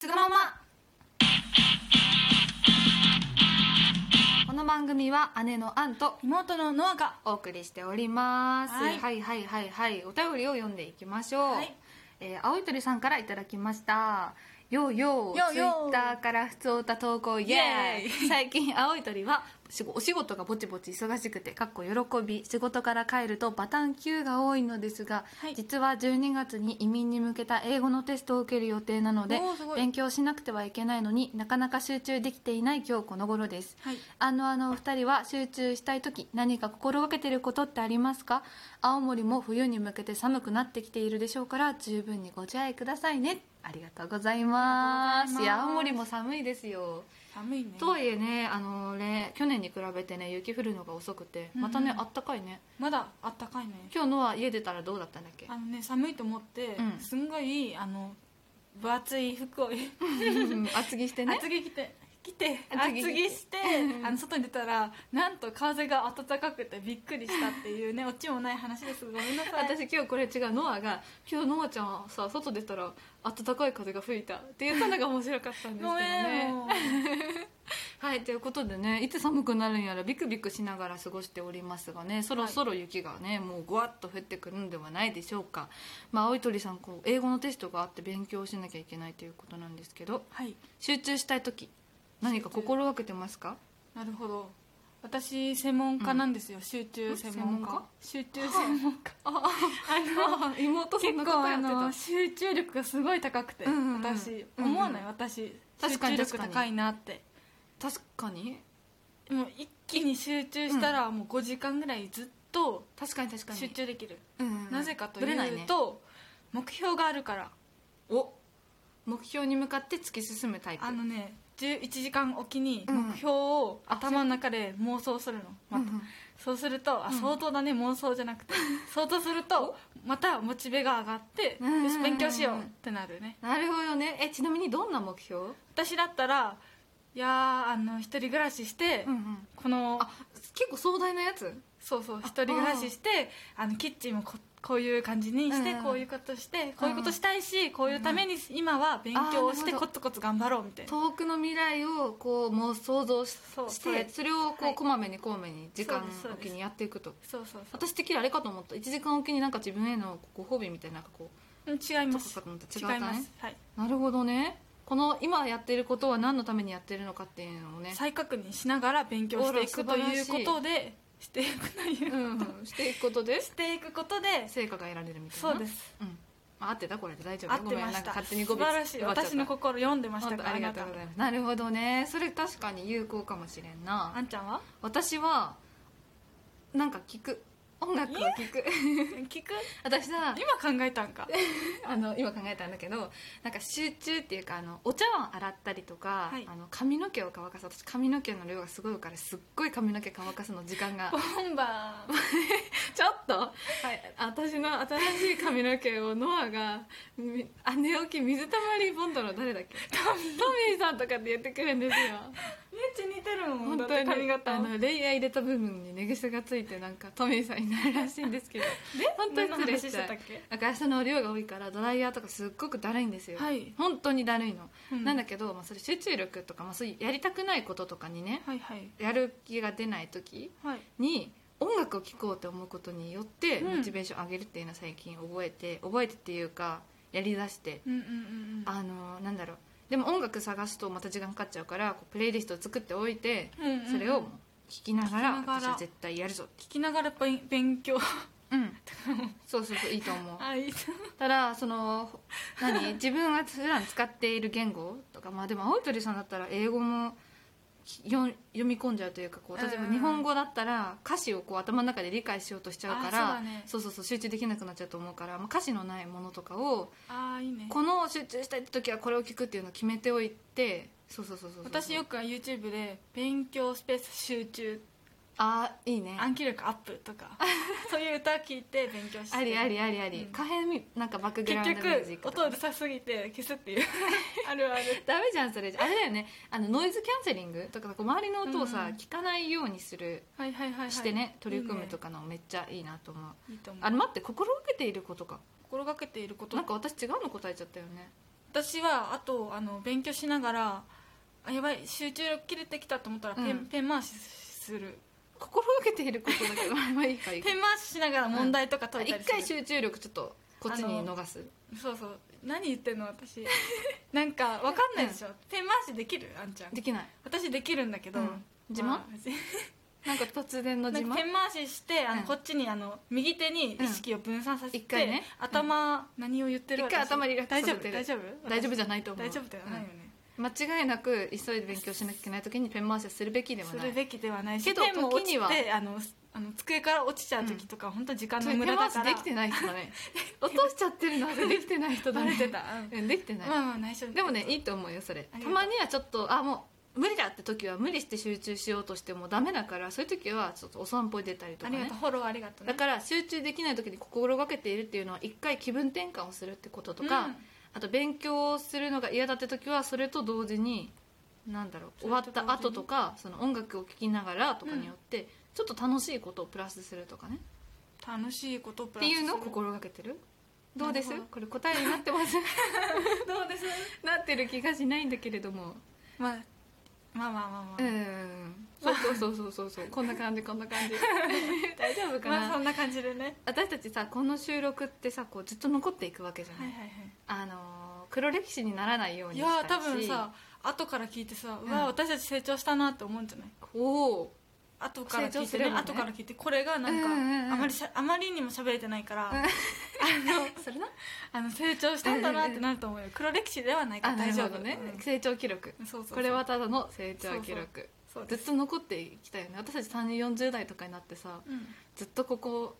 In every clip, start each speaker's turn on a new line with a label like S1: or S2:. S1: かままこの番組は姉のアンと
S2: 妹のノアが
S1: お送りしております、は、
S2: はいい
S1: はいはいはいお便りを読んでいきましょう、
S2: はい
S1: えー青い鳥さんからいただきましたようよう
S2: よう
S1: ツイ
S2: よ
S1: ッ
S2: う
S1: ターから普通歌投稿イエーイ
S2: イエ
S1: 最近青い鳥は仕お仕事がぼちぼち忙しくてかっこ喜び仕事から帰るとバタン級が多いのですが、
S2: はい
S1: 実は12月に移民に向けた英語のテストを受ける予定なので
S2: おーすごい
S1: 勉強しなくてはいけないのになかなか集中できていない今日この頃です
S2: はい
S1: あのあのお二人は集中したい時何か心がけてることってありますか青森も冬に向けて寒くなってきているでしょうから十分にご自愛くださいねありがとうございます
S2: ありがとうございます
S1: いや青森も寒いですよ、
S2: 寒いね
S1: とはいえねあのね去年に比べてね雪降るのが遅くてまたね、
S2: うんうん
S1: あったかいね
S2: まだあったかいね
S1: 今日のは家出たらどうだったんだっけ
S2: あのね寒いと思って、
S1: うん
S2: すんごいあの分厚い服
S1: う
S2: を
S1: ん 厚着してね
S2: 厚着着て着て
S1: 厚
S2: 厚
S1: 着着て
S2: 着してあの外に出たらなんと風が暖かくてびっくりしたっていうねオチもない話ですごめんなさい
S1: 私今日これ違うノアが「今日ノアちゃんはさ外出たら暖かい風が吹いた」って言ったのが面白かったんですけど
S2: ごめん
S1: ね
S2: もう
S1: はいということでねいつ寒くなるんやらビクビクしながら過ごしておりますがねそろそろ雪がね、もうごわっと降ってくるんではないでしょうか、まあ、青い鳥さんこう英語のテストがあって勉強しなきゃいけないということなんですけど
S2: はい
S1: 集中したい時何か心がけてますか
S2: なるほど私専門家なんですよ、集中専門家集中専門家
S1: ああの妹さんの
S2: 結
S1: こと
S2: 構
S1: や
S2: あ
S1: ってた
S2: の集中力がすごい高くて、
S1: うんうんうん
S2: 私
S1: うんうん
S2: 思わない私
S1: 確かに
S2: 集中力高いなって
S1: 確かに
S2: もう一気に集中したらもう5時間ぐらいずっと
S1: 確かに確かに
S2: 集中できる、
S1: うんうん
S2: なぜかという
S1: ぶ
S2: と
S1: れないね
S2: 目標があるから
S1: お目標に向かって突き進むタイプ
S2: あのね11時間おきに
S1: うん
S2: 目標を頭の中で妄想するの、またそうするとあ
S1: うん
S2: 相当だね、妄想じゃなくて相当するとまたモチベが上がって、
S1: うんうんうんうん
S2: よし勉強しようってなるね
S1: なるほどねえちなみにどんな目標、
S2: 私だったらいやーあの一人暮らしして、この
S1: あ結構壮大なやつ
S2: そうそう一人暮らししてあのキッチンもここういう感じにして、
S1: うん
S2: こういうことしてこういうことしたいし、こういうために今は勉強をして
S1: あーなるほど
S2: コツコツ頑張ろうみたいな
S1: 遠くの未来をこうもう想像し
S2: そう
S1: してそれをこ
S2: は
S1: う
S2: い
S1: こまめにこまめに時間
S2: そうですそう
S1: お
S2: です
S1: きにやっていくと
S2: そうそうそう
S1: 私的にあれかと思った1時間おきになんか自分へのご褒美みたいななんかこ
S2: うん違いう
S1: と
S2: ま
S1: か
S2: す
S1: かと思った
S2: 違
S1: 違った
S2: いま
S1: ね
S2: す、はい、
S1: なるほどねこの今やっていることは何のためにやってるのかっていうのをね、
S2: 再確認しながら勉強していく
S1: おら素
S2: と
S1: 晴
S2: い
S1: ら
S2: う
S1: しい
S2: ことでしていくというう、
S1: ん、していくこと で
S2: していくことで
S1: 成果が得られるみたいな
S2: そうです
S1: うん、まあ、合ってたこれで大丈夫
S2: 合って
S1: ごめ
S2: ま
S1: んなん
S2: し
S1: か
S2: た
S1: 勝手に語
S2: 素
S1: 尾
S2: 晴らしい
S1: 奪っちゃった
S2: 私の心読んでました
S1: 本
S2: か
S1: 当
S2: ら
S1: ありが
S2: なた
S1: とうございますなるほどねそれ確かに有効かもしれんな
S2: あんちゃんは
S1: 私はなんか聞く音楽を聞く
S2: 聞く
S1: 私さ
S2: 今考えたんか
S1: あの今考えたんだけどなんか集中っていうかあのお茶碗洗ったりとか、
S2: はい
S1: あの髪の毛を乾かす私髪の毛の量がすごいからすっごい髪の毛乾かすの時 間が
S2: ボンバー、
S1: ちょっと
S2: はい、
S1: 私の新しい髪の毛をノアが み姉置き水たまりボンドの誰だっけトミーさんとかって言ってくるんですよ
S2: めっちゃ似てるもん
S1: 本
S2: だっ
S1: 当
S2: て
S1: に
S2: 髪型
S1: あ
S2: も
S1: のレイヤー入れた部分に寝癖がついてなんかトミーさんになるらしいんですけ ど本当に
S2: 何の
S1: 失礼
S2: 話
S1: し
S2: し
S1: ち
S2: て
S1: ゃう
S2: たっけ
S1: なんか明日の量が多いからドライヤーとかすっごくだるいんですよ、
S2: はい
S1: 本当にだるいの、
S2: うん
S1: なんだけど、まあ、それ集中力とか、まあ、そういうやりたくないこととかにね
S2: はいはい
S1: やる気が出ない時
S2: はい
S1: に音楽を聴こうって思うことによって
S2: うん
S1: モチベーション上げるっていうのは最近覚えて、覚えてっていうかやりだして、
S2: うんうんうんうん
S1: あのなんだろうでも音楽探すとまた時間かかっちゃうからこうプレイリストを作っておいて、
S2: うんうんうん
S1: それをもう聴きながら
S2: 聞きながら
S1: 私は絶対やるぞって、
S2: 聞きながらべん勉 強
S1: うん、 そうそうそういいと思う
S2: あいいな
S1: ただその 何自分が普段使っている言語とかまあでも青い鳥さんだったら英語もきよ読み込んじゃうというかこう例え
S2: うんう
S1: ば
S2: ん
S1: 日本語だったら歌詞をこう頭の中で理解しようとしちゃうから
S2: あそうだね
S1: そうそうそう集中できなくなっちゃうと思うから、まあ、歌詞のないものとかを
S2: あいいね
S1: この集中したい時はこれを聞くっていうのを決めておいてそうそうそうそうそう
S2: 私よく YouTube で「勉強スペース集中
S1: あいいね
S2: 暗記力アップ」と かそういう歌聞いて勉強して
S1: ありありありあり、
S2: うん
S1: 可変みなんかバックグラウン
S2: 結
S1: ドミュージッ
S2: 局
S1: クとか
S2: 音うるさすぎて消すっていう あるある
S1: ダメじゃんそれじゃあれだよねあのノイズキャンセリングとかこう周りの音をさ、
S2: うんうん
S1: 聞かないようにする
S2: はいはいはい、はい、
S1: してね、取り組むと
S2: か
S1: かのめっちゃいいなと思う、
S2: いいと思
S1: あ
S2: う
S1: れ待って心がけていることか
S2: 心がけていること
S1: なんか私違うの答えちゃったよね
S2: 私はあとあの勉強しながらあやばい集中力切れてきたと思ったらペン,、
S1: うん
S2: ペン回しする
S1: 心がけていることだけどまあいいかいいか
S2: ペン回ししながら問題とか解いた
S1: 一
S2: りする、
S1: 回集中力ちょっとこっちに逃す
S2: そうそう何言ってんの私 なんかわかんないでしょ、ペン回しできるあんちゃん
S1: できない
S2: 私できるんだけど、
S1: うん自慢
S2: まあ
S1: なんか突然の
S2: な
S1: 自
S2: んか
S1: 慢
S2: ペン回ししてあの、
S1: うん
S2: こっちにあの右手に意識を分散させて、
S1: うん一回ね
S2: 頭、何を言ってる
S1: 一回
S2: 私
S1: 頭リラックスさせてる
S2: 大丈夫
S1: 大丈夫じ
S2: ゃ
S1: ゃないと思う
S2: 大丈夫だよないよね、
S1: うん間違いなく急いで勉強しなきゃいけない時にペン回しはするべきでは
S2: す
S1: な
S2: る
S1: い
S2: べきではないし
S1: けど
S2: ペンも落
S1: 時に
S2: ち
S1: は
S2: てあのすあの机から落ちちゃう時とか、本当時間
S1: そ
S2: の
S1: れ
S2: 無
S1: ペ
S2: 駄
S1: ン回
S2: だ
S1: し
S2: から
S1: できてない人だ ね落としちゃってるのはできてない人だ
S2: バ
S1: ね
S2: レてた、うん
S1: うんできてない、
S2: まあまあ内緒
S1: でもねいいと思うよそれ
S2: あり
S1: た
S2: がとう
S1: まにはちょっとあもう無理だって時は無理して集中しようとしてもダメだからそういう時はちょっとお散歩に出たりと
S2: あ
S1: か
S2: りが
S1: ね
S2: とうフォローありがとう、ね、
S1: だから集中できない時に心がけているっていうのは一回気分転換をするってこととか、
S2: うん
S1: あと勉強をするのが嫌だって時はそれと同時になんだろう
S2: そ
S1: 終
S2: れ
S1: わ
S2: と
S1: っ
S2: 同時に
S1: た後とかその音楽を聴きながらとかによって、ちょっと楽しいことをプラスするとかね
S2: 楽しいことプ
S1: っ
S2: ラ
S1: て
S2: ス
S1: いうのを
S2: する
S1: 心がけてるどうです
S2: なるほど
S1: これ答えになってます
S2: どうです
S1: なってる気がしないんだけれども
S2: まあ、まあまあまあまあ、
S1: うーんそうそうそうそうそうこんな感じこんな 感じ大丈夫かな、
S2: まあそんな感じでね
S1: 私たちさこの収録ってさこうずっと残っていくわけじゃない、
S2: はいはいは
S1: あのー黒歴史にならないよう
S2: い
S1: に
S2: い
S1: したいし
S2: やー多分さ後から聞いてさ、う
S1: うん
S2: わ私たち成長したなって思うんじゃない
S1: おお
S2: 後から
S1: 成
S2: 聞
S1: 長
S2: い
S1: す
S2: て
S1: れ
S2: ね
S1: ばね
S2: 後から聞いてこれがなんか、
S1: うんうんうん
S2: あまりしゃあまりにも喋れてないから、
S1: ん
S2: あの
S1: それな
S2: あの成長したんだなってなると思うよ黒歴史ではないから
S1: あ
S2: 大
S1: 大
S2: 丈
S1: 丈
S2: 夫
S1: 夫ね、
S2: うんそう
S1: 成長記録
S2: そうそう
S1: これはただの成長記録
S2: そう
S1: ず
S2: で
S1: っ
S2: す、
S1: と残っていきたいよね私たち3040代とかになってさ
S2: うん
S1: ずっとここ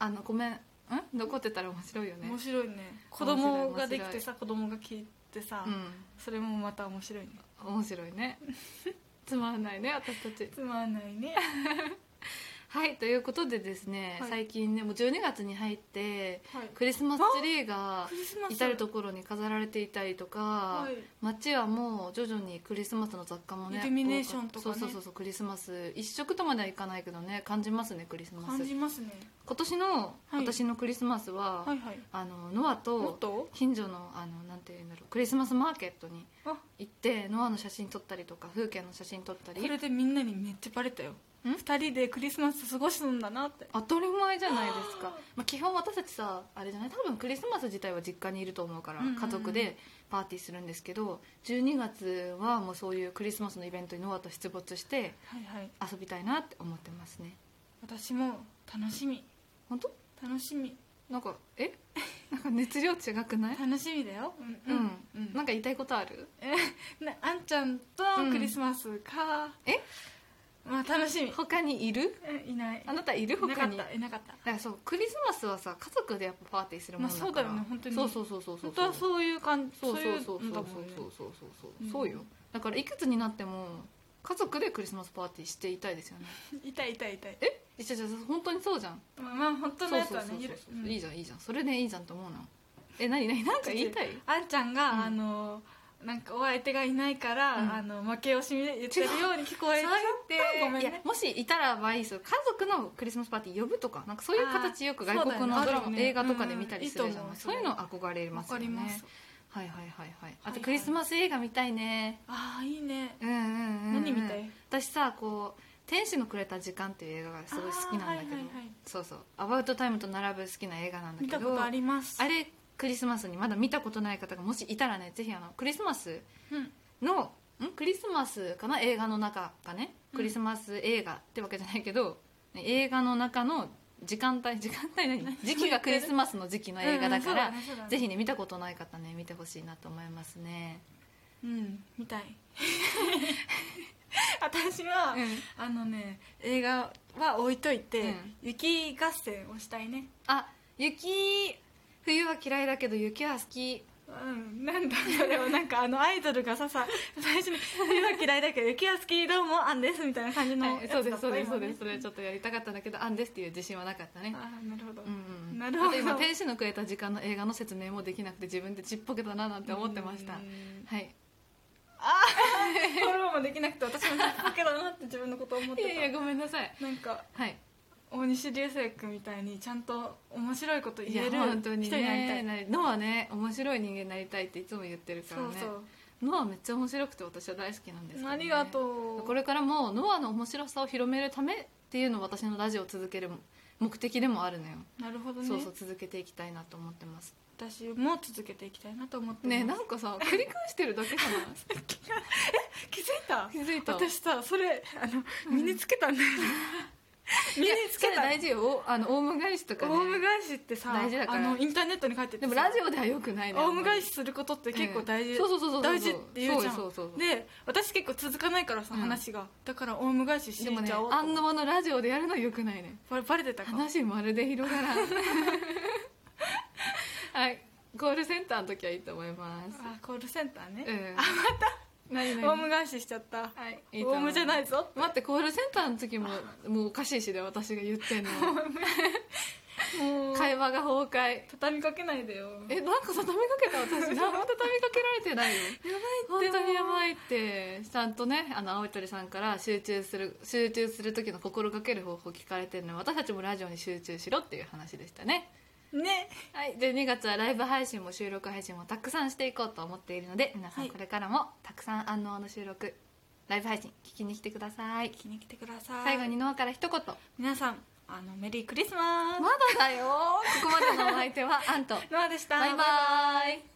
S1: あのごめんん残ってたら面白いよね
S2: 面白いね子供ができてさ子供が聞いてさ、
S1: う
S2: それもまた面白いね
S1: ん面白い ねつまんないね私たち
S2: つまんないね
S1: はいということでですね、
S2: はい
S1: 最近ねもう12月に入って
S2: はい
S1: クリスマスツリーが
S2: クリスマス
S1: 至る所に飾られていたりとか、
S2: い
S1: 街はもう徐々にクリスマスの雑貨もね
S2: イルミネーションとかね
S1: そうそうそうそうクリスマス一色とまではいかないけどね感じますねクリスマス
S2: 感じますね
S1: 今年の
S2: い
S1: 私のクリスマスは、
S2: はいはい
S1: あのノア
S2: もっ
S1: と
S2: と
S1: 近所のあのなんていうんだろうクリスマスマーケットに
S2: あ
S1: 行ってノアの写真撮ったりとか風景の写真撮ったり
S2: これでみんなにめっちゃバレたよ
S1: ん
S2: 二人でクリスマス過ごすんだなって
S1: 当たり前じゃないですか、まあ、基本私たちさあれじゃない多分クリスマス自体は実家にいると思うから
S2: うんうんうん
S1: 家族でパーティーするんですけど12月はもうそういうクリスマスのイベントにノアと出没して
S2: はいはい
S1: 遊びたいなって思ってますね
S2: 私も楽しみ
S1: 本当
S2: 楽しみ
S1: なんか えなんか熱量違くない
S2: 楽しみだよ
S1: うん、
S2: うん
S1: なんか言いたいことある
S2: なあんちゃんとクリスマスか、
S1: え
S2: まあ楽しみ
S1: 他にいる
S2: えいない
S1: あなたいる
S2: いなか
S1: 他
S2: っ
S1: に
S2: たいなかった
S1: だからそうクリスマスはさ家族でやっぱパーティーするもんだから、
S2: まあそうだよね本当に
S1: そうそうそうそうそう
S2: 本当はそういう感じ
S1: そうそう
S2: い
S1: そうそうそうそ
S2: のだ
S1: う
S2: もんね
S1: そうそうそう
S2: うん
S1: そうよだからいくつになっても家族でクリスマスパーティーしていたいですよね
S2: 痛い痛い痛い
S1: えっじゃ本当にそうじゃん
S2: まあまあ本当のやつはね
S1: そうそう
S2: い
S1: そう
S2: る
S1: そう
S2: うん
S1: いいじゃんいいじゃんそれでいいじゃんと思うなえ何何なんか言いたい
S2: あんちゃんが、
S1: うん
S2: あのなんかお相手がいないから、
S1: うん
S2: あの負け惜しみで言ってるように聞こえちゃってごめん
S1: いや
S2: ね
S1: もしいたらまあいいですよ家族のクリスマスパーティー呼ぶとかなんかそういう形よく外国の
S2: あーそうだよね
S1: ドラマ、
S2: あるよね
S1: 映画とかで見たりするじゃない、
S2: うんいいと
S1: そ
S2: 思
S1: う
S2: う
S1: いうの憧れ
S2: わ
S1: ます
S2: か
S1: よね
S2: ります
S1: はいはいはいはいあ
S2: はいは
S1: と
S2: い
S1: クリスマス映画見たいね、
S2: ああいいね
S1: うんうんうんうん
S2: 何見たい
S1: 私さこう「天使のくれた時間」っていう映画がすごい好きなんだけど、
S2: あーはいはいはい
S1: そうそう「アバウトタイム」と並ぶ好きな映画なんだ
S2: 見
S1: け
S2: たこ
S1: ど
S2: とあります
S1: あれクリスマスにまだ見たことない方がもしいたらねぜひあのクリスマス
S2: うん
S1: のんクリスマスかな映画の中がね
S2: うん
S1: クリスマス映画ってわけじゃないけど、ね映画の中の時間帯時間帯何時期がクリスマスの時期の映画だから、
S2: うんうんそうだねそうだね
S1: ぜひね見たことない方ね見てほしいなと思いますね、
S2: うん見たい 私は、
S1: うん
S2: あのね映画は置いといて、
S1: うん
S2: 雪合戦をしたいね
S1: あ雪冬は嫌いだけど雪は好き
S2: うん、なんだそれはなんかあのアイドルがささ最初に「冬は嫌いだけど雪は好きどうもアンです」みたいな感じの
S1: はい、そうですそうですそうですそ
S2: あ
S1: れちょっとやりたかったんだけど「あんです」っていう自信はなかったね
S2: あーなるほど、
S1: うんうん
S2: なるほど
S1: あと今天使のくれた時間の映画の説明もできなくて自分でちっぽけだななんて思ってました
S2: うん
S1: はい
S2: フォローもできなくて私もちょっとだけだなって自分のこと思っ
S1: い
S2: てた
S1: やいやごめんなさい
S2: なんか
S1: はい
S2: 大西流星君みたいにちゃんと面白いこと
S1: い
S2: 言
S1: や
S2: える
S1: 本
S2: 人
S1: 当
S2: に
S1: に
S2: なりた
S1: ね
S2: い、
S1: なりノアね面白い人間になりたいっていつも言ってるか
S2: そ
S1: ら
S2: う
S1: ね
S2: そ
S1: ノアめっちゃ面白くて私は大好きなんですけ
S2: う、
S1: どね
S2: ありがとう
S1: これからもノアの面白さを広めるためっていうのを私のラジオを続ける目的でもあるのよ、
S2: なるほどね
S1: そうそう続けていきたいなと思ってます
S2: 私も続けていきたいなと思って
S1: ねえ
S2: ま
S1: な
S2: す
S1: んかさ繰り返してるだけじゃない
S2: 気づい た
S1: 気づいた
S2: 私さそれあの身につけたんだ よね身につけ
S1: いやそれ
S2: た
S1: 大事よおあのオウム返しとか
S2: オウム
S1: ね
S2: 返しってさ
S1: 大事だから
S2: あのインターネットに書いてて
S1: で
S2: さ
S1: もラジオではよくない
S2: オウム返
S1: し
S2: しすることって結構大事、
S1: そうそうそうそう
S2: 大事って言うじゃん
S1: そうそうそう
S2: で私結構続かないからさ、
S1: うん
S2: 話がだからオウム返しし
S1: でもね
S2: ちゃおうと
S1: あんのまのラジオでやるのはよくないね
S2: バレバレてたか
S1: 話まるで広がらん はいコールセンターの時はいいと思います
S2: あコールセンター
S1: うん
S2: ね、
S1: あまた何
S2: オウ
S1: 何
S2: ム返ししちゃった、
S1: はいいいと
S2: オ
S1: 思
S2: ウ
S1: う
S2: ムじゃないぞ
S1: 待ってコールセンターの時ももうおかしいしで私が言ってんの
S2: もう
S1: 会話が崩壊
S2: 畳みかけないでよ
S1: えなんか畳みかけ た私何も畳みかけられてないよ
S2: やばいっ
S1: 本
S2: て
S1: 当にやばいってちゃんとねあの青い鳥さんから集中する集中する時の心がける方法聞かれてるので私たちもラジオに集中しろっていう話でしたね
S2: ね
S1: はい12月はライブ配信も収録配信もたくさんしていこうと思っているので皆さ
S2: は
S1: ん
S2: い
S1: これからもたくさん安納の収録ライブ配信聞きに来てください
S2: 気に来てください
S1: 最後にノアから一言まだ
S2: 皆さんあのメリークリスマス
S1: だよここまでのお相手はアンと
S2: ノアでした
S1: バイバイ